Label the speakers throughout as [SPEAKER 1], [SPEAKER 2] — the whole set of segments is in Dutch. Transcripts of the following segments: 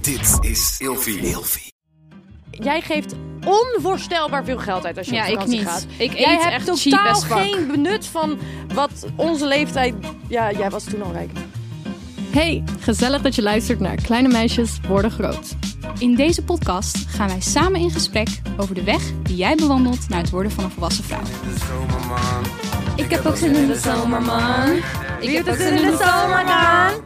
[SPEAKER 1] Dit is Ilfie.
[SPEAKER 2] Jij geeft onvoorstelbaar veel geld uit als je
[SPEAKER 3] Ja,
[SPEAKER 2] op
[SPEAKER 3] ik
[SPEAKER 2] vakantie
[SPEAKER 3] niet.
[SPEAKER 2] gaat.
[SPEAKER 3] Ik
[SPEAKER 2] jij
[SPEAKER 3] eet
[SPEAKER 2] hebt
[SPEAKER 3] echt cheap
[SPEAKER 2] totaal
[SPEAKER 3] as fuck.
[SPEAKER 2] geen benut van wat onze leeftijd... Ja, jij was toen al rijk.
[SPEAKER 4] Hey, gezellig dat je luistert naar Kleine Meisjes Worden Groot.
[SPEAKER 3] In deze podcast gaan wij samen in gesprek over de weg die jij bewandelt naar het worden van een volwassen vrouw.
[SPEAKER 4] Ik heb ook zin in de zomer, man.
[SPEAKER 3] Ik heb ook
[SPEAKER 2] in de zomermaan.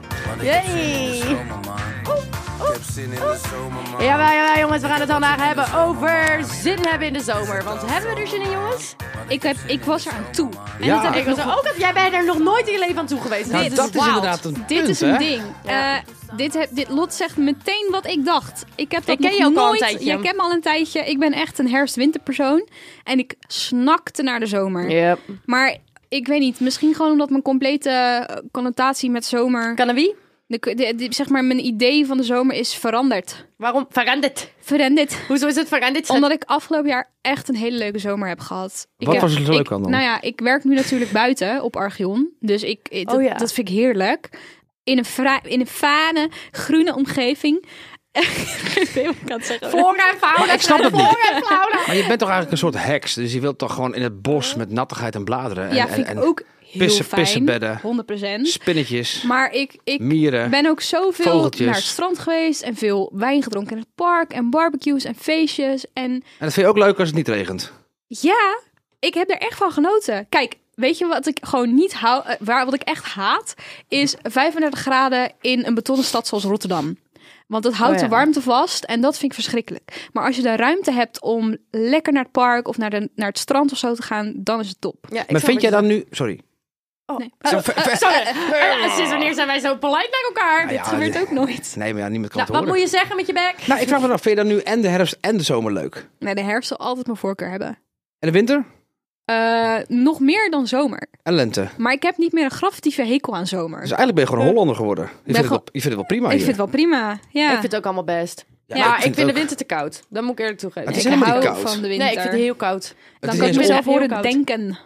[SPEAKER 2] Ja, wij, wij jongens, we gaan het vandaag hebben over zin hebben in de zomer. Want hebben we er zin in, jongens?
[SPEAKER 3] Ik, heb, ik was er aan toe. En
[SPEAKER 5] Ja.
[SPEAKER 3] dat heb
[SPEAKER 2] Ik
[SPEAKER 3] ik
[SPEAKER 2] was
[SPEAKER 3] nog
[SPEAKER 2] er ook aan- Jij bent er nog nooit in je leven aan toe geweest.
[SPEAKER 5] Nou,
[SPEAKER 2] Dit
[SPEAKER 5] dat is,
[SPEAKER 2] wild.
[SPEAKER 5] inderdaad een
[SPEAKER 3] Dit
[SPEAKER 5] punt,
[SPEAKER 3] is een
[SPEAKER 5] hè?
[SPEAKER 3] ding.
[SPEAKER 2] Ja.
[SPEAKER 3] Eh, dit, heb, dit Lot zegt meteen wat ik dacht. Ik heb dat
[SPEAKER 2] Ik ken
[SPEAKER 3] nog
[SPEAKER 2] je ook al
[SPEAKER 3] nooit.
[SPEAKER 2] een tijdje.
[SPEAKER 3] Jij kent me al een tijdje. Ik ben echt een herfst-winterpersoon. En ik snakte naar de zomer.
[SPEAKER 2] Yep.
[SPEAKER 3] Maar ik weet niet. Misschien gewoon omdat mijn complete eh, connotatie met zomer.
[SPEAKER 2] Cannabis?
[SPEAKER 3] De, de- de- zeg maar, mijn idee van de zomer is veranderd.
[SPEAKER 2] Waarom? Veranderd.
[SPEAKER 3] Veranderd.
[SPEAKER 2] Hoezo is het veranderd?
[SPEAKER 3] Omdat ik afgelopen jaar echt een hele leuke zomer heb gehad. Ik
[SPEAKER 5] Wat
[SPEAKER 3] heb-
[SPEAKER 5] was er zo leuk
[SPEAKER 3] ik-
[SPEAKER 5] aan dan?
[SPEAKER 3] Nou ja, ik werk nu natuurlijk buiten op Archeon. Dus ik, ik- dat,
[SPEAKER 2] Oh ja.
[SPEAKER 3] dat vind ik heerlijk. In een, fra- in een fijne, groene omgeving. ik weet wat ik aan het zeggen. ben.
[SPEAKER 2] Flora en fauna.
[SPEAKER 5] Maar ik snap het niet.
[SPEAKER 2] Flora en fauna.
[SPEAKER 5] Maar je bent toch eigenlijk een soort heks, dus je wilt toch gewoon in het bos met nattigheid en bladeren en,
[SPEAKER 3] ja,
[SPEAKER 5] en-
[SPEAKER 3] vind
[SPEAKER 5] en
[SPEAKER 3] ik ook heel
[SPEAKER 5] pissen-
[SPEAKER 3] fijn.
[SPEAKER 5] pissenbedden.
[SPEAKER 3] 100%.
[SPEAKER 5] spinnetjes,
[SPEAKER 3] Maar ik, ik
[SPEAKER 5] mieren.
[SPEAKER 3] ben ook zoveel
[SPEAKER 5] Vogeltjes.
[SPEAKER 3] naar het strand geweest. En veel wijn gedronken in het park. En barbecues en feestjes. En
[SPEAKER 5] En dat vind je ook leuk als het niet regent.
[SPEAKER 3] Ja, ik heb er echt van genoten. Kijk, weet je wat ik gewoon niet hou, eh, waar wat ik echt haat, is 35 graden in een betonnen stad zoals Rotterdam. Want dat houdt
[SPEAKER 2] Oh ja.
[SPEAKER 3] de warmte vast en dat vind ik verschrikkelijk. Maar als je de ruimte hebt om lekker naar het park of naar, de, naar het strand of zo te gaan, dan is het top.
[SPEAKER 2] Ja, ik
[SPEAKER 5] Maar
[SPEAKER 2] snap
[SPEAKER 5] vind jij
[SPEAKER 2] wat
[SPEAKER 5] dan nu... Sorry.
[SPEAKER 3] Nee.
[SPEAKER 5] Zo ver- ver-
[SPEAKER 2] Sorry, eh, sinds wanneer zijn wij zo polite naar elkaar?
[SPEAKER 5] Nou
[SPEAKER 2] Dit
[SPEAKER 5] ja,
[SPEAKER 2] gebeurt
[SPEAKER 5] nee.
[SPEAKER 2] ook nooit.
[SPEAKER 5] Nee, maar ja, niemand kan
[SPEAKER 2] Nou,
[SPEAKER 5] het
[SPEAKER 2] wat
[SPEAKER 5] horen.
[SPEAKER 2] moet je zeggen met je bek?
[SPEAKER 5] Nou, ik vraag me af, vind je dan nu en de herfst en de zomer leuk?
[SPEAKER 3] Nee, de herfst zal altijd mijn voorkeur hebben.
[SPEAKER 5] En de winter?
[SPEAKER 3] Eh, nog meer dan zomer.
[SPEAKER 5] En lente.
[SPEAKER 3] Maar ik heb niet meer een graftieve hekel aan zomer.
[SPEAKER 5] Dus eigenlijk ben je gewoon een Hollander geworden. Je, vindt, het
[SPEAKER 3] gewoon-
[SPEAKER 5] wel, je vindt het wel prima
[SPEAKER 3] ik
[SPEAKER 5] hier.
[SPEAKER 3] vind het wel prima. Ja.
[SPEAKER 2] Ik vind het ook allemaal best. Ja,
[SPEAKER 5] ik
[SPEAKER 2] maar Ah, ik
[SPEAKER 5] vind
[SPEAKER 2] vind,
[SPEAKER 5] het
[SPEAKER 2] de
[SPEAKER 5] ook.
[SPEAKER 2] winter te koud. Dat moet ik eerlijk toegeven.
[SPEAKER 5] Het is
[SPEAKER 3] Ik
[SPEAKER 5] helemaal niet
[SPEAKER 3] hou
[SPEAKER 5] koud.
[SPEAKER 3] van de winter.
[SPEAKER 2] nee, ik vind het heel koud.
[SPEAKER 3] Dan
[SPEAKER 5] is
[SPEAKER 3] kan ik
[SPEAKER 5] ineens
[SPEAKER 3] mezelf
[SPEAKER 2] heel
[SPEAKER 3] horen
[SPEAKER 2] koud.
[SPEAKER 3] denken.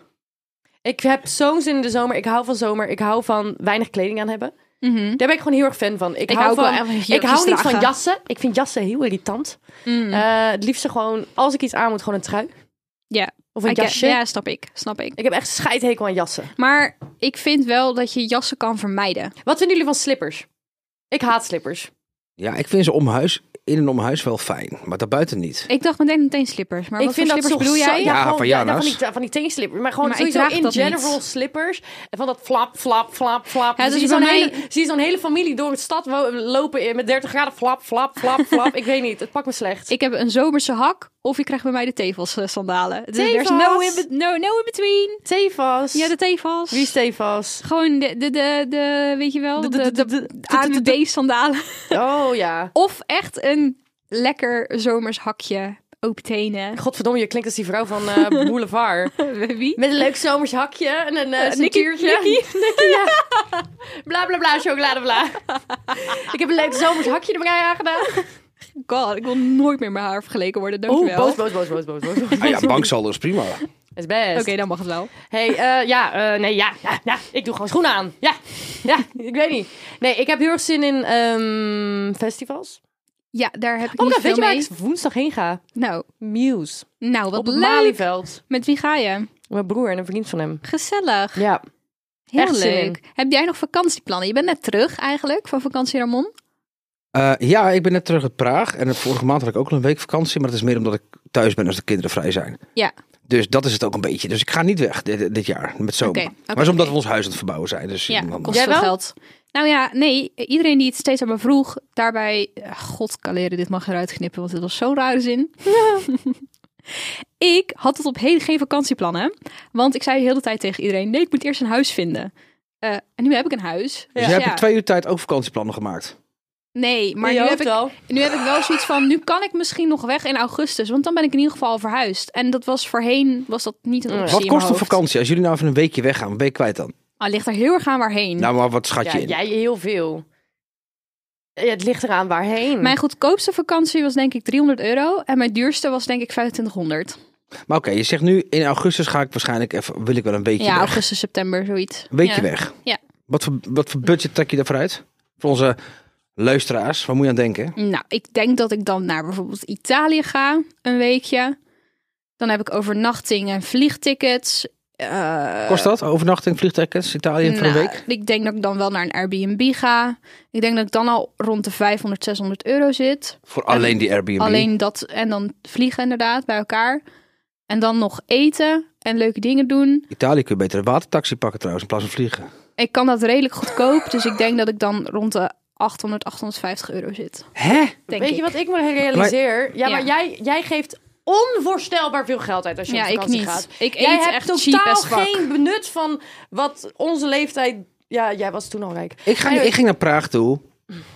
[SPEAKER 2] Ik heb zo'n zin in de zomer. Ik hou van zomer. Ik hou van weinig kleding aan hebben.
[SPEAKER 3] Mhm.
[SPEAKER 2] Daar ben ik gewoon heel erg fan van. Ik,
[SPEAKER 3] Ik
[SPEAKER 2] hou,
[SPEAKER 3] hou ook
[SPEAKER 2] van,
[SPEAKER 3] wel echt van
[SPEAKER 2] ik
[SPEAKER 3] jurkjes
[SPEAKER 2] hou niet van
[SPEAKER 3] dragen.
[SPEAKER 2] jassen. Ik vind jassen heel irritant. Eh, het liefste gewoon, als ik iets aan moet, gewoon een trui.
[SPEAKER 3] Ja.
[SPEAKER 2] Of een
[SPEAKER 3] Ik-
[SPEAKER 2] jasje.
[SPEAKER 3] Ja, snap ik. Snap ik.
[SPEAKER 2] Ik heb echt scheidhekel aan jassen.
[SPEAKER 3] Maar ik vind wel dat je jassen kan vermijden.
[SPEAKER 2] Wat vinden jullie van slippers? Ik haat slippers.
[SPEAKER 5] Ja, ik vind ze om huis, in en om huis wel fijn. Maar daarbuiten niet.
[SPEAKER 3] Ik dacht meteen meteen slippers. Maar
[SPEAKER 2] ik
[SPEAKER 3] wat
[SPEAKER 2] vind
[SPEAKER 3] voor
[SPEAKER 2] dat
[SPEAKER 3] slippers
[SPEAKER 2] toch
[SPEAKER 3] bedoel
[SPEAKER 2] zo-
[SPEAKER 3] jij?
[SPEAKER 2] Ja,
[SPEAKER 5] Ja,
[SPEAKER 2] gewoon,
[SPEAKER 5] van
[SPEAKER 2] ja,
[SPEAKER 5] Jana's.
[SPEAKER 2] van die, van die teenslippers. Maar gewoon
[SPEAKER 3] Maar ik
[SPEAKER 2] sowieso
[SPEAKER 3] draag
[SPEAKER 2] in
[SPEAKER 3] dat
[SPEAKER 2] general
[SPEAKER 3] niet.
[SPEAKER 2] slippers. En van dat flap, flap, flap, flap.
[SPEAKER 3] Ja,
[SPEAKER 2] Ja,
[SPEAKER 3] dus
[SPEAKER 2] zie je
[SPEAKER 3] bij
[SPEAKER 2] zo'n
[SPEAKER 3] mij-
[SPEAKER 2] hele, zie je zo'n hele familie door het stad wo- lopen in met 30 graden. Flap, flap, flap, flap. ik weet niet. Het pakt me slecht.
[SPEAKER 3] Ik heb een zomerse hak of je krijgt bij mij de tevels eh, sandalen. Dus there's
[SPEAKER 2] Tevels?
[SPEAKER 3] no in, be- no, no in between.
[SPEAKER 2] Tevas.
[SPEAKER 3] Ja, de tevels.
[SPEAKER 2] Wie is Tevas?
[SPEAKER 3] Gewoon de, de, de, de, weet je wel, de, de, de, AMB sandalen.
[SPEAKER 2] Oh ja.
[SPEAKER 3] Of echt een lekker zomers hakje. Open tenen.
[SPEAKER 2] Godverdomme, je klinkt als die vrouw van eh, Boulevard.
[SPEAKER 3] Wie?
[SPEAKER 2] Met een leuk zomers hakje en een eh
[SPEAKER 3] Eh, Nicky,
[SPEAKER 2] ceintuurtje.
[SPEAKER 3] Nicky.
[SPEAKER 2] Nicky, ja. Bla bla bla, chocolade bla. ik heb een leuk zomers hakje er maar aan gedaan.
[SPEAKER 3] God, ik wil nooit meer mijn haar vergeleken worden.
[SPEAKER 2] Oeh,
[SPEAKER 3] Dankjewel.
[SPEAKER 2] boos,
[SPEAKER 3] Oké,
[SPEAKER 2] boos, boos, boos, boos, boos. Dat
[SPEAKER 5] Ah ja, banksaldo is prima.
[SPEAKER 2] is best.
[SPEAKER 3] dan mag het wel.
[SPEAKER 2] Hey, eh, ja, eh, nee, ja, ja, ja, ik doe gewoon schoenen aan. Ja, ja, ik weet niet. Nee, ik heb heel erg zin in ehm, festivals.
[SPEAKER 3] Ja, daar heb ik
[SPEAKER 2] Oh,
[SPEAKER 3] niet
[SPEAKER 2] dan
[SPEAKER 3] veel
[SPEAKER 2] weet je waar
[SPEAKER 3] mee.
[SPEAKER 2] ik woensdag heen ga?
[SPEAKER 3] Nou,
[SPEAKER 2] Muse.
[SPEAKER 3] nou, wat
[SPEAKER 2] op
[SPEAKER 3] leuk.
[SPEAKER 2] Malieveld.
[SPEAKER 3] Met wie ga je?
[SPEAKER 2] Mijn broer en een vriend van hem.
[SPEAKER 3] Gezellig.
[SPEAKER 2] Ja.
[SPEAKER 3] Heel
[SPEAKER 2] echt zin
[SPEAKER 3] leuk. Heb jij nog vakantieplannen? Je bent net terug eigenlijk van vakantie Ramon.
[SPEAKER 5] Eh, ja, ik ben net terug uit Praag. En vorige maand had ik ook al een week vakantie. Maar dat is meer omdat ik thuis ben als de kinderen vrij zijn.
[SPEAKER 3] Ja.
[SPEAKER 5] Dus dat is het ook een beetje. Dus ik ga niet weg dit, dit jaar met zomer.
[SPEAKER 3] Oké, oké,
[SPEAKER 5] Oh, maar is omdat
[SPEAKER 3] oké.
[SPEAKER 5] we ons huis aan het verbouwen zijn. Dus
[SPEAKER 3] Ja,
[SPEAKER 5] dan-
[SPEAKER 3] kost
[SPEAKER 2] Jij
[SPEAKER 3] veel
[SPEAKER 2] wel?
[SPEAKER 3] geld. Nou ja, nee, iedereen die het steeds aan me vroeg, daarbij... eh, God, Calere, dit mag eruit knippen, want dit was zo'n rare zin. ik had tot op heden geen vakantieplannen, want ik zei de hele tijd tegen iedereen... Nee, ik moet eerst een huis vinden. Eh, en nu heb ik een huis.
[SPEAKER 5] Dus jij hebt in twee uur tijd ook vakantieplannen gemaakt.
[SPEAKER 3] Nee, maar
[SPEAKER 2] In je
[SPEAKER 3] nu heb,
[SPEAKER 2] hoofd
[SPEAKER 3] ik,
[SPEAKER 2] wel.
[SPEAKER 3] nu heb ik wel zoiets van, nu kan ik misschien nog weg in augustus. Want dan ben ik in ieder geval al verhuisd. En dat was voorheen, was dat niet een optie
[SPEAKER 5] Wat
[SPEAKER 3] in mijn
[SPEAKER 5] kost een
[SPEAKER 3] hoofd.
[SPEAKER 5] vakantie als jullie nou even een weekje weggaan? Een week kwijt dan?
[SPEAKER 3] Ah, ligt er heel erg aan waarheen.
[SPEAKER 5] Nou, maar wat schat
[SPEAKER 2] Ja,
[SPEAKER 5] je in?
[SPEAKER 2] jij heel veel. Ja, het ligt eraan waarheen.
[SPEAKER 5] hmm.
[SPEAKER 3] Mijn goedkoopste vakantie was denk ik 300 euro. En mijn duurste was denk ik 2500.
[SPEAKER 5] Maar oké, je zegt nu in augustus ga ik waarschijnlijk even, wil ik wel een weekje
[SPEAKER 3] Ja,
[SPEAKER 5] weg.
[SPEAKER 3] augustus, september, zoiets.
[SPEAKER 5] Een weekje
[SPEAKER 3] Ja.
[SPEAKER 5] weg.
[SPEAKER 3] Ja.
[SPEAKER 5] Wat voor, wat voor budget trek je daarvoor uit? Voor onze Luisteraars, waar moet je aan denken?
[SPEAKER 3] Nou, ik denk dat ik dan naar bijvoorbeeld Italië ga, een weekje. Dan heb ik overnachting en vliegtickets. Eh,
[SPEAKER 5] Kost dat? Overnachting, vliegtickets, Italië voor een
[SPEAKER 3] nou,
[SPEAKER 5] week?
[SPEAKER 3] Ik denk dat ik dan wel naar een Airbnb ga. Ik denk dat ik dan al rond de 500, 600 euro zit.
[SPEAKER 5] Voor Ehm, alleen die Airbnb.
[SPEAKER 3] Alleen dat en dan vliegen inderdaad bij elkaar. En dan nog eten en leuke dingen doen.
[SPEAKER 5] Italië kun je beter een watertaxi pakken trouwens, in plaats van vliegen.
[SPEAKER 3] Ik kan dat redelijk goedkoop, dus ik denk dat ik dan rond de 800, 850 euro zit.
[SPEAKER 5] Hè?
[SPEAKER 3] Denk
[SPEAKER 2] Weet
[SPEAKER 3] ik.
[SPEAKER 2] je wat ik me realiseer? ja, maar
[SPEAKER 3] Ja.
[SPEAKER 2] jij, jij geeft onvoorstelbaar veel geld uit als je
[SPEAKER 3] Ja,
[SPEAKER 2] op
[SPEAKER 3] ik
[SPEAKER 2] vakantie
[SPEAKER 3] niet.
[SPEAKER 2] gaat.
[SPEAKER 3] Ik
[SPEAKER 2] jij
[SPEAKER 3] eet
[SPEAKER 2] hebt
[SPEAKER 3] echt cheap
[SPEAKER 2] totaal
[SPEAKER 3] as fuck.
[SPEAKER 2] geen benut van wat onze leeftijd... Ja, jij was toen al rijk.
[SPEAKER 5] Ik, ga,
[SPEAKER 2] Maar
[SPEAKER 5] ik ging naar Praag toe,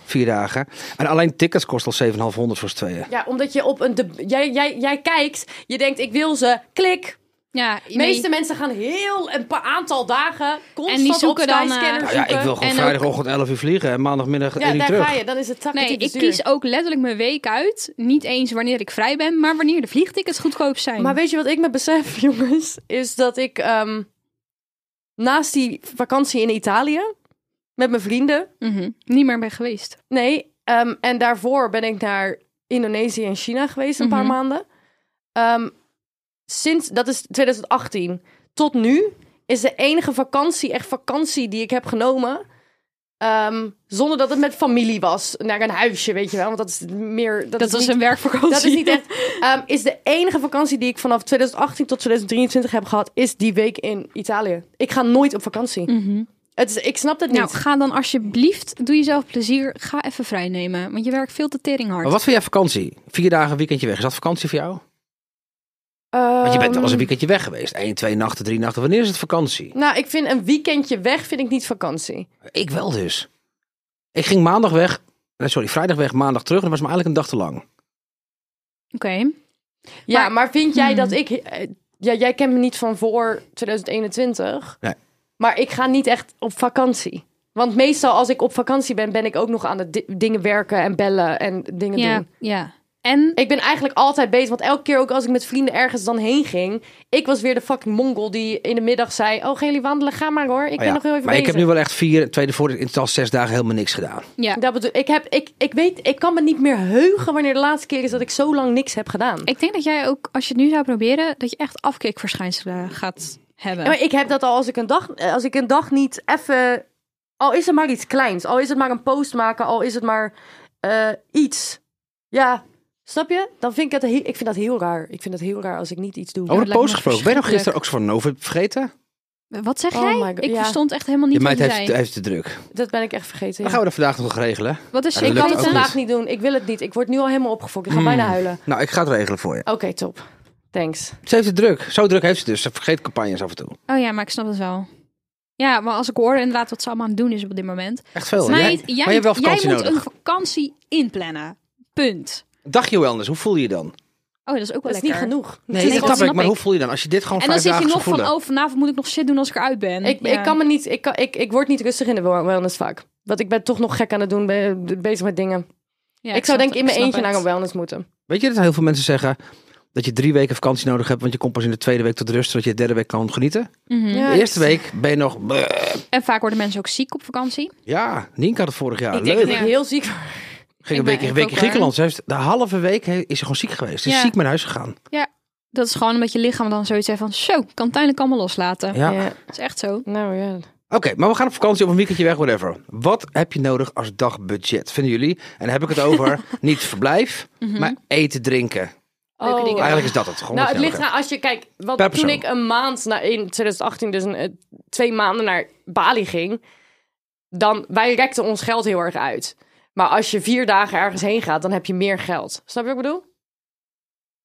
[SPEAKER 5] vier dagen. En alleen tickets kost al 7,500 voor z'n tweeën.
[SPEAKER 2] Ja, omdat je op een... deb- Jij, jij, jij kijkt, je denkt ik wil ze, klik.
[SPEAKER 3] Ja,
[SPEAKER 2] De meeste mensen gaan heel een paar aantal dagen constant
[SPEAKER 3] En die zoeken
[SPEAKER 2] op
[SPEAKER 3] dan,
[SPEAKER 2] skyscanner
[SPEAKER 3] eh,
[SPEAKER 5] Nou ja, ik wil
[SPEAKER 2] zoeken.
[SPEAKER 5] gewoon
[SPEAKER 3] En
[SPEAKER 5] vrijdagochtend 11 uur vliegen en maandagmiddag
[SPEAKER 2] Ja,
[SPEAKER 5] 1 uur
[SPEAKER 2] daar
[SPEAKER 5] terug.
[SPEAKER 2] ga je. Dan is het tak
[SPEAKER 3] Nee, ik kies ook letterlijk mijn week uit. Niet eens wanneer ik vrij ben, maar wanneer de vliegtickets goedkoop zijn.
[SPEAKER 2] Maar weet je wat ik me besef, jongens? Is dat ik ehm, naast die vakantie in Italië met mijn vrienden.
[SPEAKER 3] Mhm. Niet meer ben geweest.
[SPEAKER 2] Nee, ehm, en daarvoor ben ik naar Indonesië en China geweest een
[SPEAKER 3] Mhm.
[SPEAKER 2] paar maanden. Ehm, sinds dat is 2018 tot nu is de enige vakantie, echt vakantie die ik heb genomen. ehm, zonder dat het met familie was. Naar een huisje, weet je wel. Want dat is meer. Dat,
[SPEAKER 3] Dat,
[SPEAKER 2] is
[SPEAKER 3] was
[SPEAKER 2] niet-
[SPEAKER 3] een werkvakantie.
[SPEAKER 2] Dat is niet echt. ehm, is de enige vakantie die ik vanaf 2018 tot 2023 heb gehad, is die week in Italië. Ik ga nooit op vakantie.
[SPEAKER 3] Mhm.
[SPEAKER 2] Het is, ik snap het
[SPEAKER 3] Nou,
[SPEAKER 2] niet.
[SPEAKER 3] ga dan alsjeblieft, doe jezelf plezier, ga even vrij nemen. Want je werkt veel te tering hard.
[SPEAKER 5] Maar wat vind jij vakantie? Vier dagen, een weekendje weg. Is dat vakantie voor jou? Want je bent wel eens een
[SPEAKER 2] Ehm,
[SPEAKER 5] weekendje weg geweest. Eén, twee nachten, drie nachten. Wanneer is het vakantie?
[SPEAKER 2] Nou, ik vind een weekendje weg vind ik niet vakantie.
[SPEAKER 5] Ik wel dus. Ik ging maandag weg. nee, sorry, vrijdag weg, maandag terug. En dat was maar eigenlijk een dag te lang. Oh
[SPEAKER 3] Oké.
[SPEAKER 2] Ja,
[SPEAKER 3] Maar-
[SPEAKER 2] maar, vind jij
[SPEAKER 3] Hmm.
[SPEAKER 2] dat ik... eh, Ja, jij kent me niet van voor 2021.
[SPEAKER 5] Nee.
[SPEAKER 2] Maar ik ga niet echt op vakantie. Want meestal als ik op vakantie ben, ben ik ook nog aan het di- dingen werken en bellen en dingen
[SPEAKER 3] Ja,
[SPEAKER 2] doen.
[SPEAKER 3] ja. En
[SPEAKER 2] Ik ben eigenlijk altijd bezig, want elke keer ook als ik met vrienden ergens dan heen ging, ik was weer de fucking mongol die in de middag zei: "Oh, gaan jullie wandelen? Ga maar hoor. Ik
[SPEAKER 5] Oh
[SPEAKER 2] ben
[SPEAKER 5] ja,
[SPEAKER 2] nog heel even
[SPEAKER 5] maar
[SPEAKER 2] bezig."
[SPEAKER 5] ik heb nu wel echt vier, tweede voor in totaal zes dagen helemaal niks gedaan.
[SPEAKER 3] ja.
[SPEAKER 2] Dat bedoel ik heb ik ik weet ik kan me niet meer heugen wanneer de laatste keer is dat ik zo lang niks heb gedaan.
[SPEAKER 3] ik denk dat jij ook, als je het nu zou proberen, dat je echt afkikverschijnselen gaat hebben.
[SPEAKER 2] Ja, maar ik heb dat al als ik een dag, eh, als ik een dag niet even. Al is het maar iets kleins. Al is het maar een post maken. Al is het maar eh, iets. Ja, snap je? Dan vind ik, dat, he- ik vind dat heel raar. Ik vind dat heel raar als ik niet iets doe.
[SPEAKER 5] Over
[SPEAKER 3] lijkt
[SPEAKER 5] Oh, de
[SPEAKER 3] me
[SPEAKER 5] post gesproken. Ben je nog gisteren
[SPEAKER 3] verschrikkelijk.
[SPEAKER 5] ook van Novo vergeten?
[SPEAKER 3] Wat zeg
[SPEAKER 2] Oh
[SPEAKER 3] jij?
[SPEAKER 2] my God,
[SPEAKER 3] ik
[SPEAKER 2] ja.
[SPEAKER 3] verstond echt helemaal niet
[SPEAKER 5] Je
[SPEAKER 3] wat
[SPEAKER 5] meid
[SPEAKER 3] je
[SPEAKER 5] heeft,
[SPEAKER 3] zei.
[SPEAKER 5] heeft het druk. Dan
[SPEAKER 2] Dat ben ik echt vergeten. ja.
[SPEAKER 5] gaan we dat vandaag nog regelen.
[SPEAKER 3] Wat is
[SPEAKER 5] Ja,
[SPEAKER 3] je
[SPEAKER 5] dat
[SPEAKER 2] Ik
[SPEAKER 5] lukt
[SPEAKER 2] kan het
[SPEAKER 5] ook
[SPEAKER 2] vandaag niet doen. Ik wil het niet. Ik word nu al helemaal opgefokt. Ik ga bijna huilen.
[SPEAKER 5] Nou, ik ga het regelen voor je.
[SPEAKER 2] Oké, top. Thanks.
[SPEAKER 5] Ze heeft het druk. Zo druk heeft ze dus. Ze vergeet campagnes af en toe.
[SPEAKER 3] Oh ja, maar ik snap het wel. Ja, maar als ik hoor inderdaad wat ze allemaal aan het doen is op dit moment.
[SPEAKER 5] Echt veel.
[SPEAKER 3] Meid,
[SPEAKER 5] Oh, Jij- maar je hebt wel vakantie
[SPEAKER 3] jij moet
[SPEAKER 5] nodig.
[SPEAKER 3] een vakantie inplannen. Punt.
[SPEAKER 5] Dagje wellness, hoe voel je je dan?
[SPEAKER 3] Oh, dat is ook wel
[SPEAKER 2] Dat is
[SPEAKER 3] lekker.
[SPEAKER 2] niet genoeg.
[SPEAKER 5] Nee,
[SPEAKER 3] dat
[SPEAKER 5] dat
[SPEAKER 3] snap
[SPEAKER 5] snap ik. Maar
[SPEAKER 3] ik.
[SPEAKER 5] hoe voel je dan? Als je dit gewoon
[SPEAKER 3] En dan
[SPEAKER 5] vijf
[SPEAKER 3] zit je
[SPEAKER 5] dagen
[SPEAKER 3] nog
[SPEAKER 5] zou
[SPEAKER 3] van,
[SPEAKER 5] voelen.
[SPEAKER 3] oh, vanavond moet ik nog shit doen als ik eruit ben.
[SPEAKER 2] Ik,
[SPEAKER 3] Ja.
[SPEAKER 2] ik kan me niet. Ik, kan, ik, ik word niet rustig in de wel- wellnessvak. Want ik ben toch nog gek aan het doen. ben- bezig met dingen.
[SPEAKER 3] Ja,
[SPEAKER 2] ik zou
[SPEAKER 3] snap
[SPEAKER 2] denk ik in
[SPEAKER 3] het,
[SPEAKER 2] mijn
[SPEAKER 3] snap
[SPEAKER 2] eentje
[SPEAKER 3] het.
[SPEAKER 2] naar een wellness moeten.
[SPEAKER 5] Weet je dat heel veel mensen zeggen dat je drie weken vakantie nodig hebt, want je komt pas in de tweede week tot rust, zodat je de derde week kan genieten?
[SPEAKER 3] Mhm.
[SPEAKER 2] Ja,
[SPEAKER 5] de
[SPEAKER 2] ik-
[SPEAKER 5] eerste week ben je nog...
[SPEAKER 3] En vaak worden mensen ook ziek op vakantie.
[SPEAKER 5] Ja, Nienke had het vorig jaar.
[SPEAKER 2] Ik denk
[SPEAKER 5] Leuk.
[SPEAKER 2] dat ik heel ziek
[SPEAKER 5] Ging
[SPEAKER 3] ik ben
[SPEAKER 5] een week, een
[SPEAKER 3] echt
[SPEAKER 5] week
[SPEAKER 3] ook
[SPEAKER 5] in
[SPEAKER 3] waar.
[SPEAKER 5] Griekenland. Ze heeft de halve week he- is ze gewoon ziek geweest. Ze is
[SPEAKER 3] Ja.
[SPEAKER 5] ziek met huis gegaan.
[SPEAKER 3] Dat is gewoon omdat je lichaam dan zoiets heeft van... Zo, ik kan het eindelijk allemaal loslaten.
[SPEAKER 5] Ja.
[SPEAKER 2] Ja.
[SPEAKER 3] Dat is echt zo.
[SPEAKER 2] Nou ja.
[SPEAKER 5] Oké, maar we gaan op vakantie of een weekendje weg, whatever. Wat heb je nodig als dagbudget, vinden jullie? En dan heb ik het over niet verblijf, maar eten, drinken.
[SPEAKER 3] Leuke dingen.
[SPEAKER 5] Eigenlijk is dat het. Gewoon
[SPEAKER 2] Oh. nou,
[SPEAKER 5] wat
[SPEAKER 2] het
[SPEAKER 5] je
[SPEAKER 2] ligt
[SPEAKER 5] nodig
[SPEAKER 2] eraan als je kijkt. Want
[SPEAKER 5] Per
[SPEAKER 2] toen
[SPEAKER 5] persoon.
[SPEAKER 2] ik een maand naar in 2018, dus een, eh, twee maanden naar Bali ging, dan wij rekten ons geld heel erg uit. Maar als je vier dagen ergens heen gaat, dan heb je meer geld. Snap je wat ik bedoel?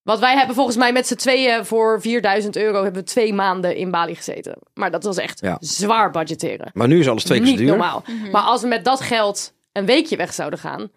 [SPEAKER 2] Want wij hebben volgens mij met z'n tweeën voor 4000 euro hebben we twee maanden in Bali gezeten. Maar dat was echt
[SPEAKER 5] Ja.
[SPEAKER 2] zwaar budgetteren.
[SPEAKER 5] hebt. Maar nu is alles twee keer zo
[SPEAKER 2] Niet
[SPEAKER 5] duur.
[SPEAKER 2] normaal. Maar als we met dat geld een weekje weg zouden gaan,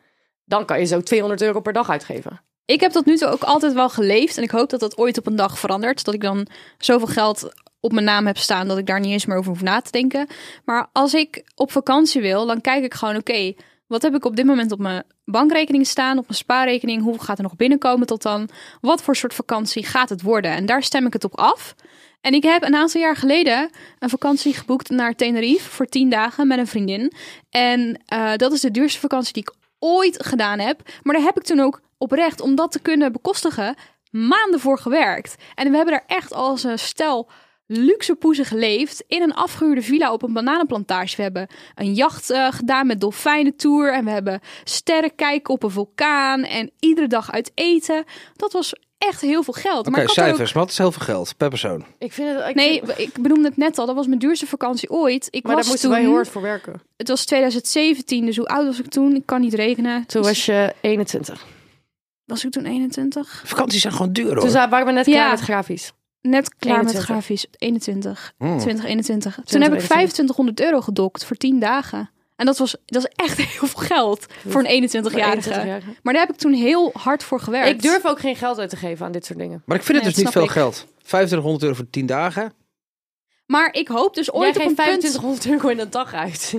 [SPEAKER 2] dan kan je zo 200 euro per dag uitgeven.
[SPEAKER 3] Ik heb tot nu toe ook altijd wel geleefd. En ik hoop dat dat ooit op een dag verandert. Dat ik dan zoveel geld op mijn naam heb staan dat ik daar niet eens meer over hoef na te denken. Maar als ik op vakantie wil, dan kijk ik gewoon, oké, wat heb ik op dit moment op mijn bankrekening staan, op mijn spaarrekening? Hoeveel gaat er nog binnenkomen tot dan? Wat voor soort vakantie gaat het worden? En daar stem ik het op af. En ik heb een aantal jaar geleden een vakantie geboekt naar Tenerife voor tien dagen met een vriendin. En eh, dat is de duurste vakantie die ik ooit gedaan heb. Maar daar heb ik toen ook oprecht, om dat te kunnen bekostigen, maanden voor gewerkt. En we hebben daar echt als een stel luxe poezen geleefd in een afgehuurde villa op een bananenplantage. We hebben een jacht eh, gedaan met dolfijnentour en we hebben sterren kijken op een vulkaan en iedere dag uit eten. Dat was echt heel veel geld.
[SPEAKER 5] Oké,
[SPEAKER 3] ik had er ook-
[SPEAKER 5] cijfers. Wat is heel veel geld per persoon?
[SPEAKER 2] Ik vind het... Ik
[SPEAKER 3] Nee,
[SPEAKER 2] vind-
[SPEAKER 3] ik benoemde het net al. Dat was mijn duurste vakantie ooit. Ik
[SPEAKER 2] maar
[SPEAKER 3] was
[SPEAKER 2] daar moesten
[SPEAKER 3] toen,
[SPEAKER 2] wij heel hard voor werken.
[SPEAKER 3] Het was 2017, dus hoe oud was ik toen? Ik kan niet rekenen.
[SPEAKER 2] Toen
[SPEAKER 3] Dus-
[SPEAKER 2] was je 21.
[SPEAKER 3] was ik toen 21?
[SPEAKER 5] Vakanties zijn gewoon duur
[SPEAKER 2] Toen
[SPEAKER 5] hoor.
[SPEAKER 2] za- waren we net
[SPEAKER 3] Ja.
[SPEAKER 2] klaar met grafisch.
[SPEAKER 3] Net klaar met
[SPEAKER 2] 21.
[SPEAKER 3] grafisch. 21.
[SPEAKER 2] Oh.
[SPEAKER 5] Mm.
[SPEAKER 3] 2021. Toen heb ik
[SPEAKER 2] 2021.
[SPEAKER 3] 2500 euro gedokt voor 10 dagen. En dat was, dat is echt heel veel geld voor een 21-jarige.
[SPEAKER 2] 21-jarige.
[SPEAKER 3] maar daar heb ik toen heel hard voor gewerkt.
[SPEAKER 2] Ik durf ook geen geld uit te geven aan dit soort dingen.
[SPEAKER 5] Maar ik vind het
[SPEAKER 3] Nee,
[SPEAKER 5] dus niet
[SPEAKER 3] snap
[SPEAKER 5] veel
[SPEAKER 3] ik.
[SPEAKER 5] geld. 2500 euro voor 10 dagen.
[SPEAKER 3] Maar ik hoop dus
[SPEAKER 2] Jij
[SPEAKER 3] ooit op
[SPEAKER 2] geeft
[SPEAKER 3] een punt...
[SPEAKER 2] 2500 euro in een dag uit.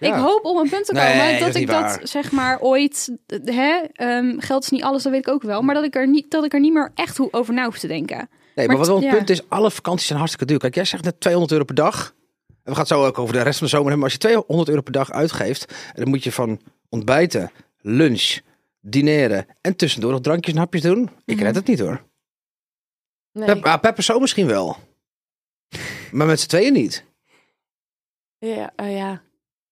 [SPEAKER 5] Ja.
[SPEAKER 3] Ik hoop op een punt te
[SPEAKER 5] Nee,
[SPEAKER 3] komen
[SPEAKER 5] dat
[SPEAKER 3] dat
[SPEAKER 5] is
[SPEAKER 3] ik
[SPEAKER 5] niet
[SPEAKER 3] dat
[SPEAKER 5] waar.
[SPEAKER 3] zeg maar ooit... eh, Hè, ehm, geld is niet alles, dat weet ik ook wel. Maar dat ik er niet, dat ik er niet meer echt hoe- over na hoef te denken.
[SPEAKER 5] Nee, maar,
[SPEAKER 3] Maar
[SPEAKER 5] wat
[SPEAKER 3] het-
[SPEAKER 5] wel een
[SPEAKER 3] ja.
[SPEAKER 5] punt is, alle vakanties zijn hartstikke duur. Kijk, jij zegt net 200 euro per dag. En we gaan het zo ook over de rest van de zomer hebben. Maar als je 200 euro per dag uitgeeft, dan moet je van ontbijten, lunch, dineren en tussendoor nog drankjes en hapjes doen. Ik red het niet hoor.
[SPEAKER 2] Nee.
[SPEAKER 5] Per, ah, per persoon misschien wel. Maar met z'n tweeën niet.
[SPEAKER 2] Ja, eh, ja.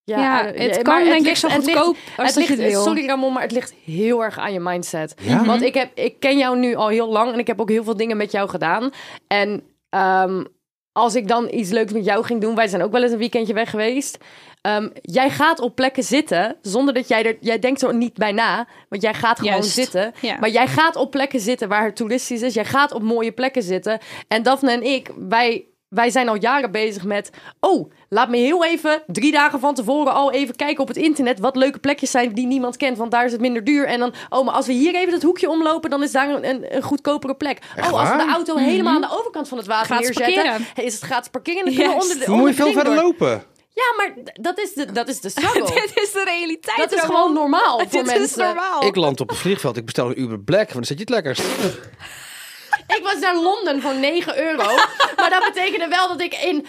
[SPEAKER 3] Ja,
[SPEAKER 2] eh,
[SPEAKER 3] het
[SPEAKER 2] maar
[SPEAKER 3] kan denk ik
[SPEAKER 2] ligt-
[SPEAKER 3] zo
[SPEAKER 2] het ligt-
[SPEAKER 3] goedkoop als
[SPEAKER 2] het
[SPEAKER 3] dat je
[SPEAKER 2] ligt,
[SPEAKER 3] het wil.
[SPEAKER 2] sorry Ramon, maar het ligt heel erg aan je mindset.
[SPEAKER 5] Ja?
[SPEAKER 2] Want ik, heb, ik ken jou nu al heel lang en ik heb ook heel veel dingen met jou gedaan. En ehm, als ik dan iets leuks met jou ging doen, wij zijn ook wel eens een weekendje weg geweest. Ehm, jij gaat op plekken zitten zonder dat jij er, jij denkt er niet bij na, want jij gaat gewoon
[SPEAKER 3] Juist.
[SPEAKER 2] zitten.
[SPEAKER 3] Ja.
[SPEAKER 2] Maar jij gaat op plekken zitten waar het toeristisch is. Jij gaat op mooie plekken zitten. En Daphne en ik, wij, wij zijn al jaren bezig met. Oh, laat me heel even drie dagen van tevoren al even kijken op het internet. Wat leuke plekjes zijn die niemand kent, want daar is het minder duur. En dan, oh, maar als we hier even dat hoekje omlopen, dan is daar een, een, een goedkopere plek.
[SPEAKER 5] Echt
[SPEAKER 2] oh, als we
[SPEAKER 5] waar? Mhm.
[SPEAKER 2] de auto helemaal aan de overkant van het water
[SPEAKER 3] Gratis
[SPEAKER 2] neerzetten,
[SPEAKER 3] parkeren.
[SPEAKER 2] is het gratis parkeren. En dan kunnen we
[SPEAKER 3] Juist.
[SPEAKER 2] onder de.
[SPEAKER 5] Dan moet je
[SPEAKER 2] Onder
[SPEAKER 5] veel
[SPEAKER 2] de
[SPEAKER 5] verder
[SPEAKER 2] ding door.
[SPEAKER 5] lopen.
[SPEAKER 2] Ja, maar d- dat is de, dat is de struggle.
[SPEAKER 3] Dit is de realiteit.
[SPEAKER 2] dat is
[SPEAKER 3] Ramon.
[SPEAKER 2] gewoon normaal voor
[SPEAKER 3] Dit
[SPEAKER 2] mensen.
[SPEAKER 3] is normaal.
[SPEAKER 5] Ik land op het vliegveld, ik bestel een Uber Black, want dan zit je het lekkerst.
[SPEAKER 2] Ik was naar Londen voor 9 euro. maar dat betekende wel dat ik in.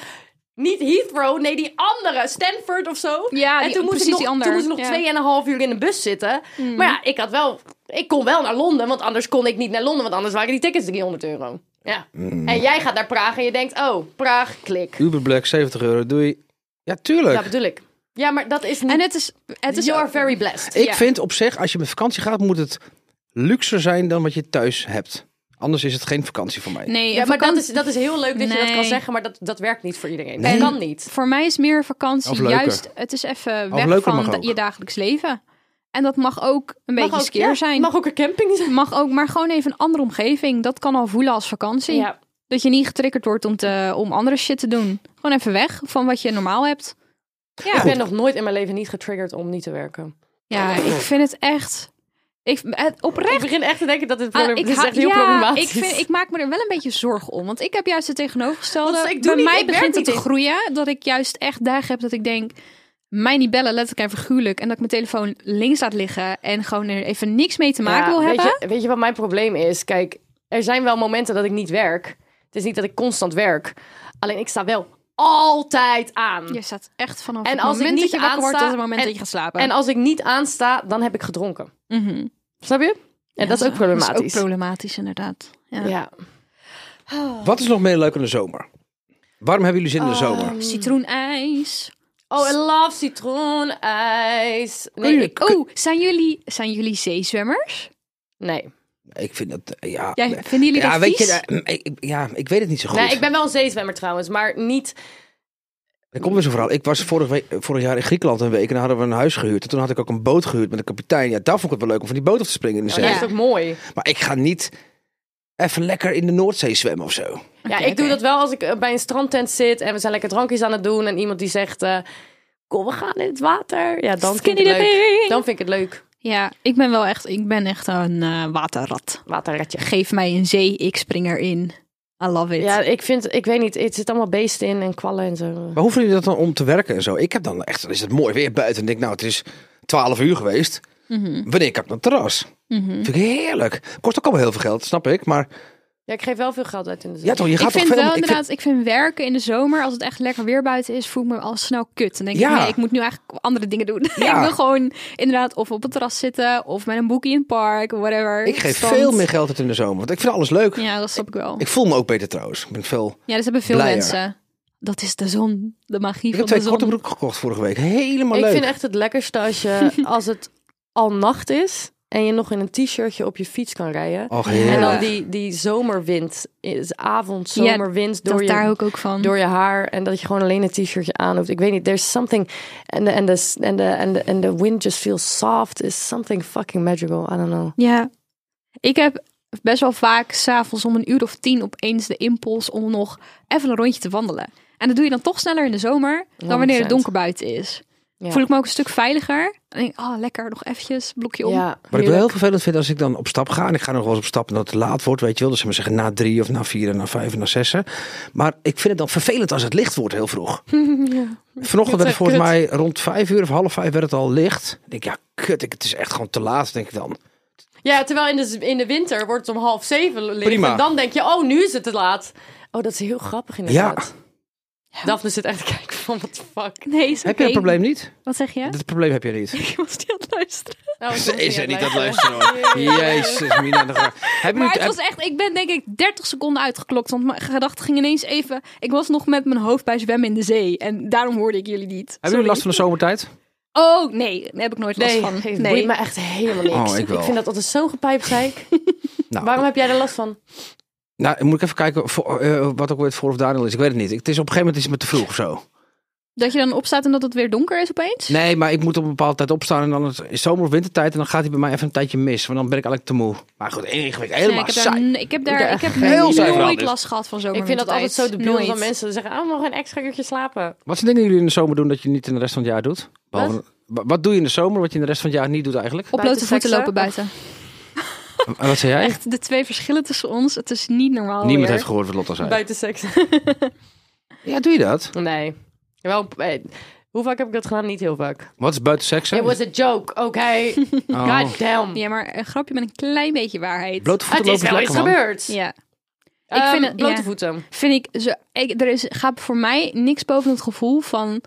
[SPEAKER 2] Niet Heathrow, nee, die andere, Stanford of zo.
[SPEAKER 3] Ja,
[SPEAKER 2] en
[SPEAKER 3] die-
[SPEAKER 2] toen moest,
[SPEAKER 3] precies
[SPEAKER 2] ik nog,
[SPEAKER 3] die ander.
[SPEAKER 2] toen moest ik nog
[SPEAKER 3] Ja. Mm.
[SPEAKER 2] tweeënhalf uur in de bus zitten. Maar ja, ik had wel. Ik kon wel naar Londen, want anders kon ik niet naar Londen, want anders waren die tickets 300 euro. Ja. En jij gaat naar Praag en je denkt, oh, Praag, klik.
[SPEAKER 5] Uber Black, 70 euro, doei. Ja, tuurlijk.
[SPEAKER 2] Dat bedoel ik. Ja, maar dat is niet.
[SPEAKER 3] En het is, het is
[SPEAKER 2] you are very blessed.
[SPEAKER 5] Ik
[SPEAKER 3] Ja.
[SPEAKER 5] vind op zich, als je met vakantie gaat, moet het luxer zijn dan wat je thuis hebt. Anders is het geen vakantie voor mij.
[SPEAKER 3] Nee,
[SPEAKER 2] Ja, maar dat
[SPEAKER 3] vakantie-
[SPEAKER 2] is, dat is heel leuk dat je dat kan
[SPEAKER 3] Nee.
[SPEAKER 2] zeggen, maar dat, dat werkt niet voor iedereen.
[SPEAKER 5] Nee.
[SPEAKER 2] Dat kan niet.
[SPEAKER 3] Voor mij is meer vakantie
[SPEAKER 5] Of leuker.
[SPEAKER 3] juist... Het is even
[SPEAKER 5] Of
[SPEAKER 3] weg
[SPEAKER 5] leuker
[SPEAKER 3] van
[SPEAKER 5] mag
[SPEAKER 3] da-
[SPEAKER 5] ook.
[SPEAKER 3] je dagelijks leven. En dat mag ook een beetje
[SPEAKER 2] ook,
[SPEAKER 3] skeer
[SPEAKER 2] ja,
[SPEAKER 3] zijn.
[SPEAKER 2] Mag ook een camping zijn.
[SPEAKER 3] Mag ook, maar gewoon even een andere omgeving. Dat kan al voelen als vakantie.
[SPEAKER 2] Ja.
[SPEAKER 3] Dat je niet getriggerd wordt om, te, om andere shit te doen. Gewoon even weg van wat je normaal hebt. Ja,
[SPEAKER 2] Ik ben nog nooit in mijn leven niet getriggerd om niet te werken.
[SPEAKER 3] ja ik vind het echt... Ik, het, oprecht
[SPEAKER 2] Ik begin echt te denken dat dit, probleem,
[SPEAKER 3] Ah, ik
[SPEAKER 2] dit is
[SPEAKER 3] hou-
[SPEAKER 2] echt heel
[SPEAKER 3] ja,
[SPEAKER 2] problematisch.
[SPEAKER 3] Ik, vind, ik maak me er wel een beetje zorgen om. Want ik heb juist het tegenovergestelde.
[SPEAKER 2] Want ik doe
[SPEAKER 3] Bij
[SPEAKER 2] niet-
[SPEAKER 3] mij
[SPEAKER 2] ik werk
[SPEAKER 3] begint
[SPEAKER 2] niet
[SPEAKER 3] het te
[SPEAKER 2] in-
[SPEAKER 3] groeien. Dat ik juist echt dagen heb dat ik denk... Mij niet bellen, letterlijk en figuurlijk. En dat ik mijn telefoon links laat liggen. En gewoon er even niks mee te maken
[SPEAKER 2] Ja,
[SPEAKER 3] wil
[SPEAKER 2] weet
[SPEAKER 3] hebben.
[SPEAKER 2] Je, weet je wat mijn probleem is? Kijk, er zijn wel momenten dat ik niet werk. Het is niet dat ik constant werk. Alleen ik sta wel altijd aan.
[SPEAKER 3] Je staat echt vanaf
[SPEAKER 2] En
[SPEAKER 3] het
[SPEAKER 2] als ik
[SPEAKER 3] moment
[SPEAKER 2] niet
[SPEAKER 3] dat je wakker wordt...
[SPEAKER 2] aansta-
[SPEAKER 3] tot het moment
[SPEAKER 2] en-
[SPEAKER 3] dat je gaat slapen.
[SPEAKER 2] En als ik niet aansta, dan heb ik gedronken.
[SPEAKER 3] Mhm.
[SPEAKER 2] Snap je? En
[SPEAKER 3] Ja,
[SPEAKER 2] dat is ook
[SPEAKER 3] Dat
[SPEAKER 2] problematisch.
[SPEAKER 3] is ook problematisch, inderdaad. Ja.
[SPEAKER 2] ja.
[SPEAKER 5] Wat is nog meer leuk in de zomer? Waarom hebben jullie zin in de
[SPEAKER 3] Oh,
[SPEAKER 2] Ehm,
[SPEAKER 5] zomer?
[SPEAKER 3] Citroenijs.
[SPEAKER 2] Oh, I love citroenijs. Nee,
[SPEAKER 5] Oei.
[SPEAKER 2] ik-
[SPEAKER 3] Oh, zijn jullie, zijn jullie zeezwemmers?
[SPEAKER 2] nee.
[SPEAKER 5] Ik vind dat, eh, ja...
[SPEAKER 3] Ja, vinden jullie
[SPEAKER 5] ja,
[SPEAKER 3] dat
[SPEAKER 5] weet je,
[SPEAKER 3] vies?
[SPEAKER 5] eh, mm, ik, ik- ja, ik weet het niet zo goed.
[SPEAKER 2] nee, ik ben wel een zeezwemmer trouwens, maar niet...
[SPEAKER 5] Er komt weer zo'n verhaal. Ik was vorig, week, vorig jaar in Griekenland een week en dan hadden we een huis gehuurd. En toen had ik ook een boot gehuurd met een kapitein. Ja, daar vond ik het wel leuk om van die boot af te springen in de
[SPEAKER 2] Oh, Ja,
[SPEAKER 5] zee.
[SPEAKER 2] dat is ook mooi.
[SPEAKER 5] Maar ik ga niet even lekker in de Noordzee zwemmen of zo.
[SPEAKER 2] Ja,
[SPEAKER 3] Oké,
[SPEAKER 2] ik doe
[SPEAKER 3] oké.
[SPEAKER 2] dat wel als ik eh, bij een strandtent zit en we zijn lekker drankjes aan het doen en iemand die zegt, eh, kom we gaan in het water. Ja, dan vind ik het leuk. Dan vind ik het leuk.
[SPEAKER 3] Ja, ik ben wel echt, ik ben echt een eh, waterrat.
[SPEAKER 2] Waterretje.
[SPEAKER 3] Geef mij een zee, ik spring erin. I love it.
[SPEAKER 2] Ja, ik vind, ik weet niet, het zit allemaal beesten in en kwallen en zo.
[SPEAKER 5] Maar hoe vinden jullie dat dan om te werken en zo? Ik heb dan echt, dan is het mooi weer buiten. En denk ik, nou, het is 12 uur geweest.
[SPEAKER 3] Mhm,
[SPEAKER 5] Wanneer kan ik naar het terras?
[SPEAKER 3] mhm.
[SPEAKER 5] Vind ik heerlijk. Kost ook allemaal heel veel geld, snap ik. Maar
[SPEAKER 2] Ja, ik geef wel veel geld uit in de zomer.
[SPEAKER 5] Ja, toch? Je gaat
[SPEAKER 3] ik vind
[SPEAKER 5] toch veel...
[SPEAKER 3] wel
[SPEAKER 5] ik vind-
[SPEAKER 3] inderdaad, ik vind werken in de zomer, als het echt lekker weer buiten is, voel ik me al snel kut. Dan denk
[SPEAKER 5] Ja.
[SPEAKER 3] ik, nee, ik moet nu eigenlijk andere dingen doen.
[SPEAKER 5] Ja.
[SPEAKER 3] ik wil gewoon inderdaad of op het terras zitten, of met een boekje in het park, whatever.
[SPEAKER 5] ik geef
[SPEAKER 3] Strand.
[SPEAKER 5] veel meer geld uit in de zomer. Want ik vind alles leuk.
[SPEAKER 3] Ja, dat snap ik wel.
[SPEAKER 5] Ik voel me ook beter trouwens. Ik ben veel...
[SPEAKER 3] Ja, dat hebben veel
[SPEAKER 5] blijer.
[SPEAKER 3] mensen. Dat is de zon, de magie
[SPEAKER 5] Ik heb
[SPEAKER 3] van de
[SPEAKER 5] twee
[SPEAKER 3] zon.
[SPEAKER 5] korte broeken gekocht vorige week. Helemaal
[SPEAKER 2] ik
[SPEAKER 5] leuk.
[SPEAKER 2] vind echt het lekkerste als, je, als het al nacht is en je nog in een t-shirtje op je fiets kan rijden.
[SPEAKER 5] Och,
[SPEAKER 2] En dan
[SPEAKER 5] heerlijk.
[SPEAKER 2] die, die zomerwind, is avondzomerwind
[SPEAKER 3] Dat
[SPEAKER 2] door,
[SPEAKER 3] daar
[SPEAKER 2] je,
[SPEAKER 3] hou ik ook van.
[SPEAKER 2] door je haar. En dat je gewoon alleen een t-shirtje aan hoeft. Ik weet niet, there's something. En de and the, and the, and the, and the wind just feels soft. Is something fucking magical. I don't know.
[SPEAKER 3] Ja. Ik heb best wel vaak s'avonds om een uur of tien opeens de impuls om nog even een rondje te wandelen. En dat doe je dan toch sneller in de zomer dan wanneer het
[SPEAKER 2] 100%.
[SPEAKER 3] donker buiten is.
[SPEAKER 2] Ja.
[SPEAKER 3] Voel ik me ook een stuk veiliger. En denk ik, oh lekker, nog eventjes, blokje om.
[SPEAKER 2] Ja,
[SPEAKER 5] Wat ik wel
[SPEAKER 2] heerlijk.
[SPEAKER 5] heel vervelend vind als ik dan op stap ga. En ik ga nog wel eens op stap en dat het laat wordt, weet je wel. Dus ze maar zeggen na drie of na vier en na vijf en na zessen. Maar ik vind het dan vervelend als het licht wordt heel vroeg. Vanochtend werd
[SPEAKER 2] Dat
[SPEAKER 5] het
[SPEAKER 2] is
[SPEAKER 5] volgens
[SPEAKER 2] echt
[SPEAKER 5] mij rond vijf uur of half vijf werd het al licht. Ik denk, ja kut, ik, het is echt gewoon te laat, denk ik dan.
[SPEAKER 2] Ja, terwijl in de, in de winter wordt het om half zeven licht.
[SPEAKER 5] Prima.
[SPEAKER 2] En dan denk je, oh, nu is het te laat. Oh, dat is heel grappig inderdaad. Ja. Daphne zit echt te kijken van, what the fuck?
[SPEAKER 3] Nee, is
[SPEAKER 5] Heb je dat
[SPEAKER 3] oké.
[SPEAKER 5] probleem niet?
[SPEAKER 3] Wat zeg je?
[SPEAKER 5] Dit probleem heb je niet.
[SPEAKER 3] Ik was niet aan het luisteren.
[SPEAKER 2] Nou,
[SPEAKER 5] Ze is er
[SPEAKER 2] het
[SPEAKER 5] niet dat
[SPEAKER 2] leuk.
[SPEAKER 5] luisteren hoor. Jezus, Mina. de Graaf. Heb je
[SPEAKER 3] Maar
[SPEAKER 5] nu-
[SPEAKER 3] het
[SPEAKER 5] heb-
[SPEAKER 3] was echt, ik ben denk ik 30 seconden uitgeklokt. Want mijn gedachten gingen ineens even. Ik was nog met mijn hoofd bij zwemmen in de zee. En daarom hoorde ik jullie niet.
[SPEAKER 5] heb je nu
[SPEAKER 3] Sorry.
[SPEAKER 5] last van de zomertijd?
[SPEAKER 3] Oh, nee, daar heb ik nooit last
[SPEAKER 2] Nee,
[SPEAKER 3] van.
[SPEAKER 2] het
[SPEAKER 3] nee.
[SPEAKER 2] boeit me echt helemaal niks.
[SPEAKER 5] Oh, ik wel.
[SPEAKER 2] vind dat altijd zo'n gepijp, zei ik.
[SPEAKER 5] Nou,
[SPEAKER 2] Waarom heb jij er last van?
[SPEAKER 5] nou, moet ik even kijken voor, eh, wat ook weer het voor of nadeel is. Ik weet het niet. Het is op een gegeven moment is het me te vroeg of zo.
[SPEAKER 3] Dat je dan opstaat en dat het weer donker is opeens?
[SPEAKER 5] Nee, maar ik moet op een bepaalde tijd opstaan en dan is het zomer- of wintertijd en dan gaat hij bij mij even een tijdje mis, want dan ben ik eigenlijk te moe. Maar goed, ingewikkeld,
[SPEAKER 3] Nee,
[SPEAKER 5] helemaal
[SPEAKER 3] ik heb daar,
[SPEAKER 5] saai.
[SPEAKER 3] ik heb, daar,
[SPEAKER 2] heb
[SPEAKER 3] ik heb
[SPEAKER 5] geen idee van
[SPEAKER 3] nooit
[SPEAKER 5] dit.
[SPEAKER 3] last gehad van zomer.
[SPEAKER 2] Ik vind dat altijd zo debiel
[SPEAKER 3] nooit.
[SPEAKER 2] dat mensen zeggen, oh, we mogen een extra uurtje slapen.
[SPEAKER 5] Wat zijn dingen die jullie in de zomer doen dat je niet in de rest van het jaar doet? Behalve- Wa- wat doe je in de zomer wat je in de rest van het jaar niet doet eigenlijk?
[SPEAKER 3] Op blote
[SPEAKER 2] Buiten
[SPEAKER 3] voeten
[SPEAKER 2] seksen?
[SPEAKER 3] lopen buiten.
[SPEAKER 5] En wat zei jij?
[SPEAKER 3] Echt, de twee verschillen tussen ons, het is niet normaal
[SPEAKER 5] Niemand
[SPEAKER 3] weer.
[SPEAKER 5] heeft gehoord wat Lotta zei.
[SPEAKER 2] Buiten seks.
[SPEAKER 5] Ja, doe je dat?
[SPEAKER 2] nee. Wel, eh, hoe vaak heb ik dat gedaan? Niet heel vaak.
[SPEAKER 5] Wat is buiten seks?
[SPEAKER 2] It was a joke, oké? God damn.
[SPEAKER 3] Ja, maar een grapje met een klein beetje waarheid.
[SPEAKER 5] Blote
[SPEAKER 2] Het
[SPEAKER 5] voeten
[SPEAKER 2] is
[SPEAKER 5] lopen is
[SPEAKER 2] wel
[SPEAKER 5] lekker
[SPEAKER 2] iets
[SPEAKER 5] man.
[SPEAKER 2] gebeurd.
[SPEAKER 3] Ja.
[SPEAKER 2] ik vind
[SPEAKER 3] ja.
[SPEAKER 2] het, blote voeten.
[SPEAKER 3] Vind ik, zo, ik, er is, gaat voor mij niks boven het gevoel van...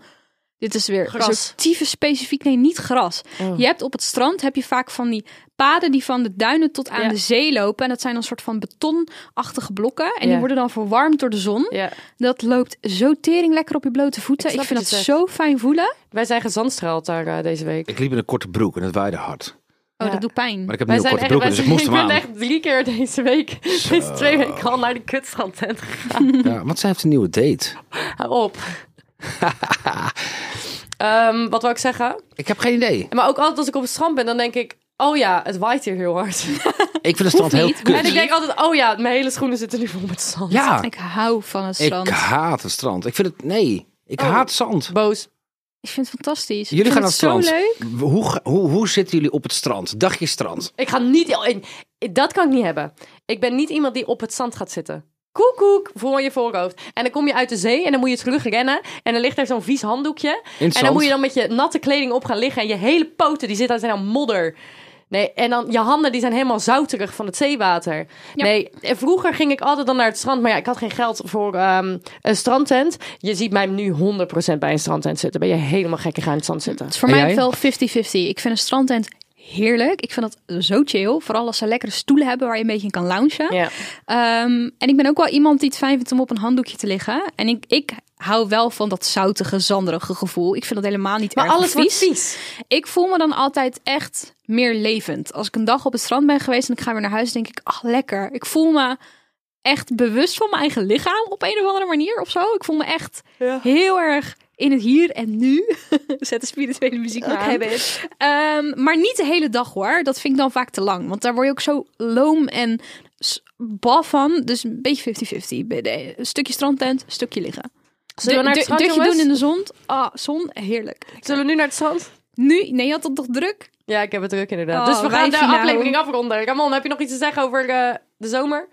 [SPEAKER 3] Dit is weer
[SPEAKER 2] Gras.
[SPEAKER 3] zo tyfus specifiek. Nee, niet gras.
[SPEAKER 2] Oh.
[SPEAKER 3] Je hebt op het strand heb je vaak van die paden die van de duinen tot aan
[SPEAKER 2] Ja.
[SPEAKER 3] de zee lopen. En dat zijn een soort van betonachtige blokken. En die
[SPEAKER 2] Ja.
[SPEAKER 3] worden dan verwarmd door de zon.
[SPEAKER 2] Ja.
[SPEAKER 3] Dat loopt zo tering lekker op je blote voeten.
[SPEAKER 2] Ik
[SPEAKER 3] Ik,
[SPEAKER 2] snap
[SPEAKER 3] vind
[SPEAKER 2] wat je
[SPEAKER 3] dat zo fijn voelen.
[SPEAKER 2] Wij zijn gezandstraald daar eh, deze week.
[SPEAKER 5] Ik liep in een korte broek en het waaide hard.
[SPEAKER 3] Oh,
[SPEAKER 2] Ja.
[SPEAKER 3] dat doet pijn.
[SPEAKER 5] Maar ik heb nu
[SPEAKER 2] Wij
[SPEAKER 5] een
[SPEAKER 2] zijn echt,
[SPEAKER 5] korte broek,
[SPEAKER 2] wij
[SPEAKER 5] dus ik
[SPEAKER 2] zijn-
[SPEAKER 5] moest hem
[SPEAKER 2] ben
[SPEAKER 5] aan.
[SPEAKER 2] echt drie keer deze week, deze twee weken al naar de kutstrand tent.
[SPEAKER 5] Ja, want zij heeft een nieuwe date.
[SPEAKER 2] Hou op. Ehm, wat wil ik zeggen?
[SPEAKER 5] Ik heb geen idee.
[SPEAKER 2] Maar ook altijd als ik op het strand ben, dan denk ik... Oh ja, het waait hier heel hard.
[SPEAKER 5] Ik vind het strand heel
[SPEAKER 3] niet,
[SPEAKER 5] kut.
[SPEAKER 2] en ik denk altijd, oh ja, mijn hele schoenen zitten nu vol met zand.
[SPEAKER 5] Ja,
[SPEAKER 3] Ik hou van het strand.
[SPEAKER 5] Ah. ik
[SPEAKER 3] Ik,
[SPEAKER 5] haat het strand. Ik vind het, nee, ik
[SPEAKER 2] Oh.
[SPEAKER 5] haat zand.
[SPEAKER 2] Boos.
[SPEAKER 3] vind het fantastisch.
[SPEAKER 5] Jullie
[SPEAKER 3] ik
[SPEAKER 5] gaan
[SPEAKER 3] vind
[SPEAKER 5] naar
[SPEAKER 3] het zo
[SPEAKER 5] het strand.
[SPEAKER 3] leuk.
[SPEAKER 5] Hoe, ga- hoe, hoe zitten jullie op het strand? Dagje strand.
[SPEAKER 2] Ik ga niet... in- Dat kan ik niet hebben. Ik ben niet iemand die op het zand gaat zitten. Koek, koek, voor je voorhoofd. En dan kom je uit de zee en dan moet je terug rennen. En dan ligt er zo'n vies handdoekje.
[SPEAKER 5] In het
[SPEAKER 2] En dan moet je
[SPEAKER 5] zand.
[SPEAKER 2] dan met je natte kleding op gaan liggen. En je hele poten, die zitten zijn aan modder. Nee, en dan je handen, die zijn helemaal zouterig van het zeewater. Nee, en vroeger ging ik altijd dan naar het strand. Maar ja, ik had geen geld voor ehm, een strandtent. Je ziet mij nu 100% bij een strandtent zitten. Ben je helemaal gekke gaan in het zand zitten.
[SPEAKER 3] Het is voor
[SPEAKER 5] En
[SPEAKER 3] mij
[SPEAKER 5] jij?
[SPEAKER 3] wel 50-50. Ik vind een strandtent heerlijk. Ik vind dat zo chill. Vooral als ze lekkere stoelen hebben waar je een beetje in kan loungen.
[SPEAKER 2] Ja.
[SPEAKER 3] Ehm, en ik ben ook wel iemand die het fijn vindt om op een handdoekje te liggen. En ik, ik hou wel van dat zoutige, zanderige gevoel. Ik vind dat helemaal niet
[SPEAKER 2] Maar
[SPEAKER 3] erg
[SPEAKER 2] alles
[SPEAKER 3] vies.
[SPEAKER 2] wordt vies.
[SPEAKER 3] Ik voel me dan altijd echt meer levend. Als ik een dag op het strand ben geweest en ik ga weer naar huis, denk ik, ach lekker. Ik voel me echt bewust van mijn eigen lichaam op een of andere manier of zo. Ik voel me echt heel erg in het hier en nu. Zet de spirituele muziek maar aan. Ehm, maar niet de hele dag hoor. Dat vind ik dan vaak te lang. Want daar word je ook zo loom en s- bal van. Dus een beetje 50-50. Bij de- Een stukje strandtent, een stukje liggen.
[SPEAKER 2] Zullen we naar het
[SPEAKER 3] Du- du-
[SPEAKER 2] strand,
[SPEAKER 3] dutje
[SPEAKER 2] jongens?
[SPEAKER 3] doen in de zon. Ah, zon, heerlijk.
[SPEAKER 2] Zullen we nu naar het strand?
[SPEAKER 3] Nu, nee, je had dat toch druk?
[SPEAKER 2] Ja, ik heb het druk inderdaad.
[SPEAKER 3] Oh,
[SPEAKER 2] dus we gaan de
[SPEAKER 3] wijfje nou.
[SPEAKER 2] aflevering afronden. Ramon, heb je nog iets te zeggen over eh, de zomer?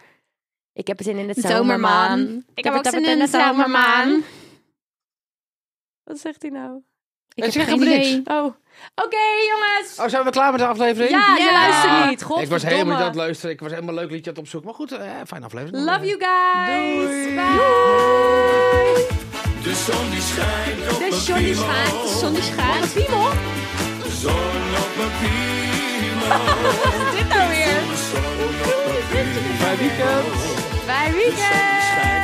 [SPEAKER 2] Ik heb het zin in het
[SPEAKER 3] zomermaan. Ik heb ook zin in de zomermaan.
[SPEAKER 2] Wat zegt hij nou?
[SPEAKER 3] Ik
[SPEAKER 5] Het
[SPEAKER 3] heb
[SPEAKER 5] is echt
[SPEAKER 3] geen
[SPEAKER 5] niks.
[SPEAKER 3] idee.
[SPEAKER 2] Oh. Oké, jongens.
[SPEAKER 5] Oh, zijn we klaar met de aflevering?
[SPEAKER 2] Ja, je
[SPEAKER 3] Ja.
[SPEAKER 2] luistert niet.
[SPEAKER 5] Ik was helemaal
[SPEAKER 2] Godverdomme.
[SPEAKER 5] niet aan het luisteren. Ik was helemaal een leuk liedje aan het opzoeken. Maar goed, eh, fijne aflevering.
[SPEAKER 2] Love you guys.
[SPEAKER 5] Doei.
[SPEAKER 2] Bye.
[SPEAKER 1] De zon die schijnt op
[SPEAKER 3] De
[SPEAKER 1] mijn
[SPEAKER 3] zon die
[SPEAKER 1] piemel.
[SPEAKER 3] schijnt, de zon die schijnt.
[SPEAKER 1] De zon op mijn piemel.
[SPEAKER 2] Dit nou weer.
[SPEAKER 1] De zon op mijn piemel.
[SPEAKER 5] Fijn weekend.
[SPEAKER 2] Bij weekend.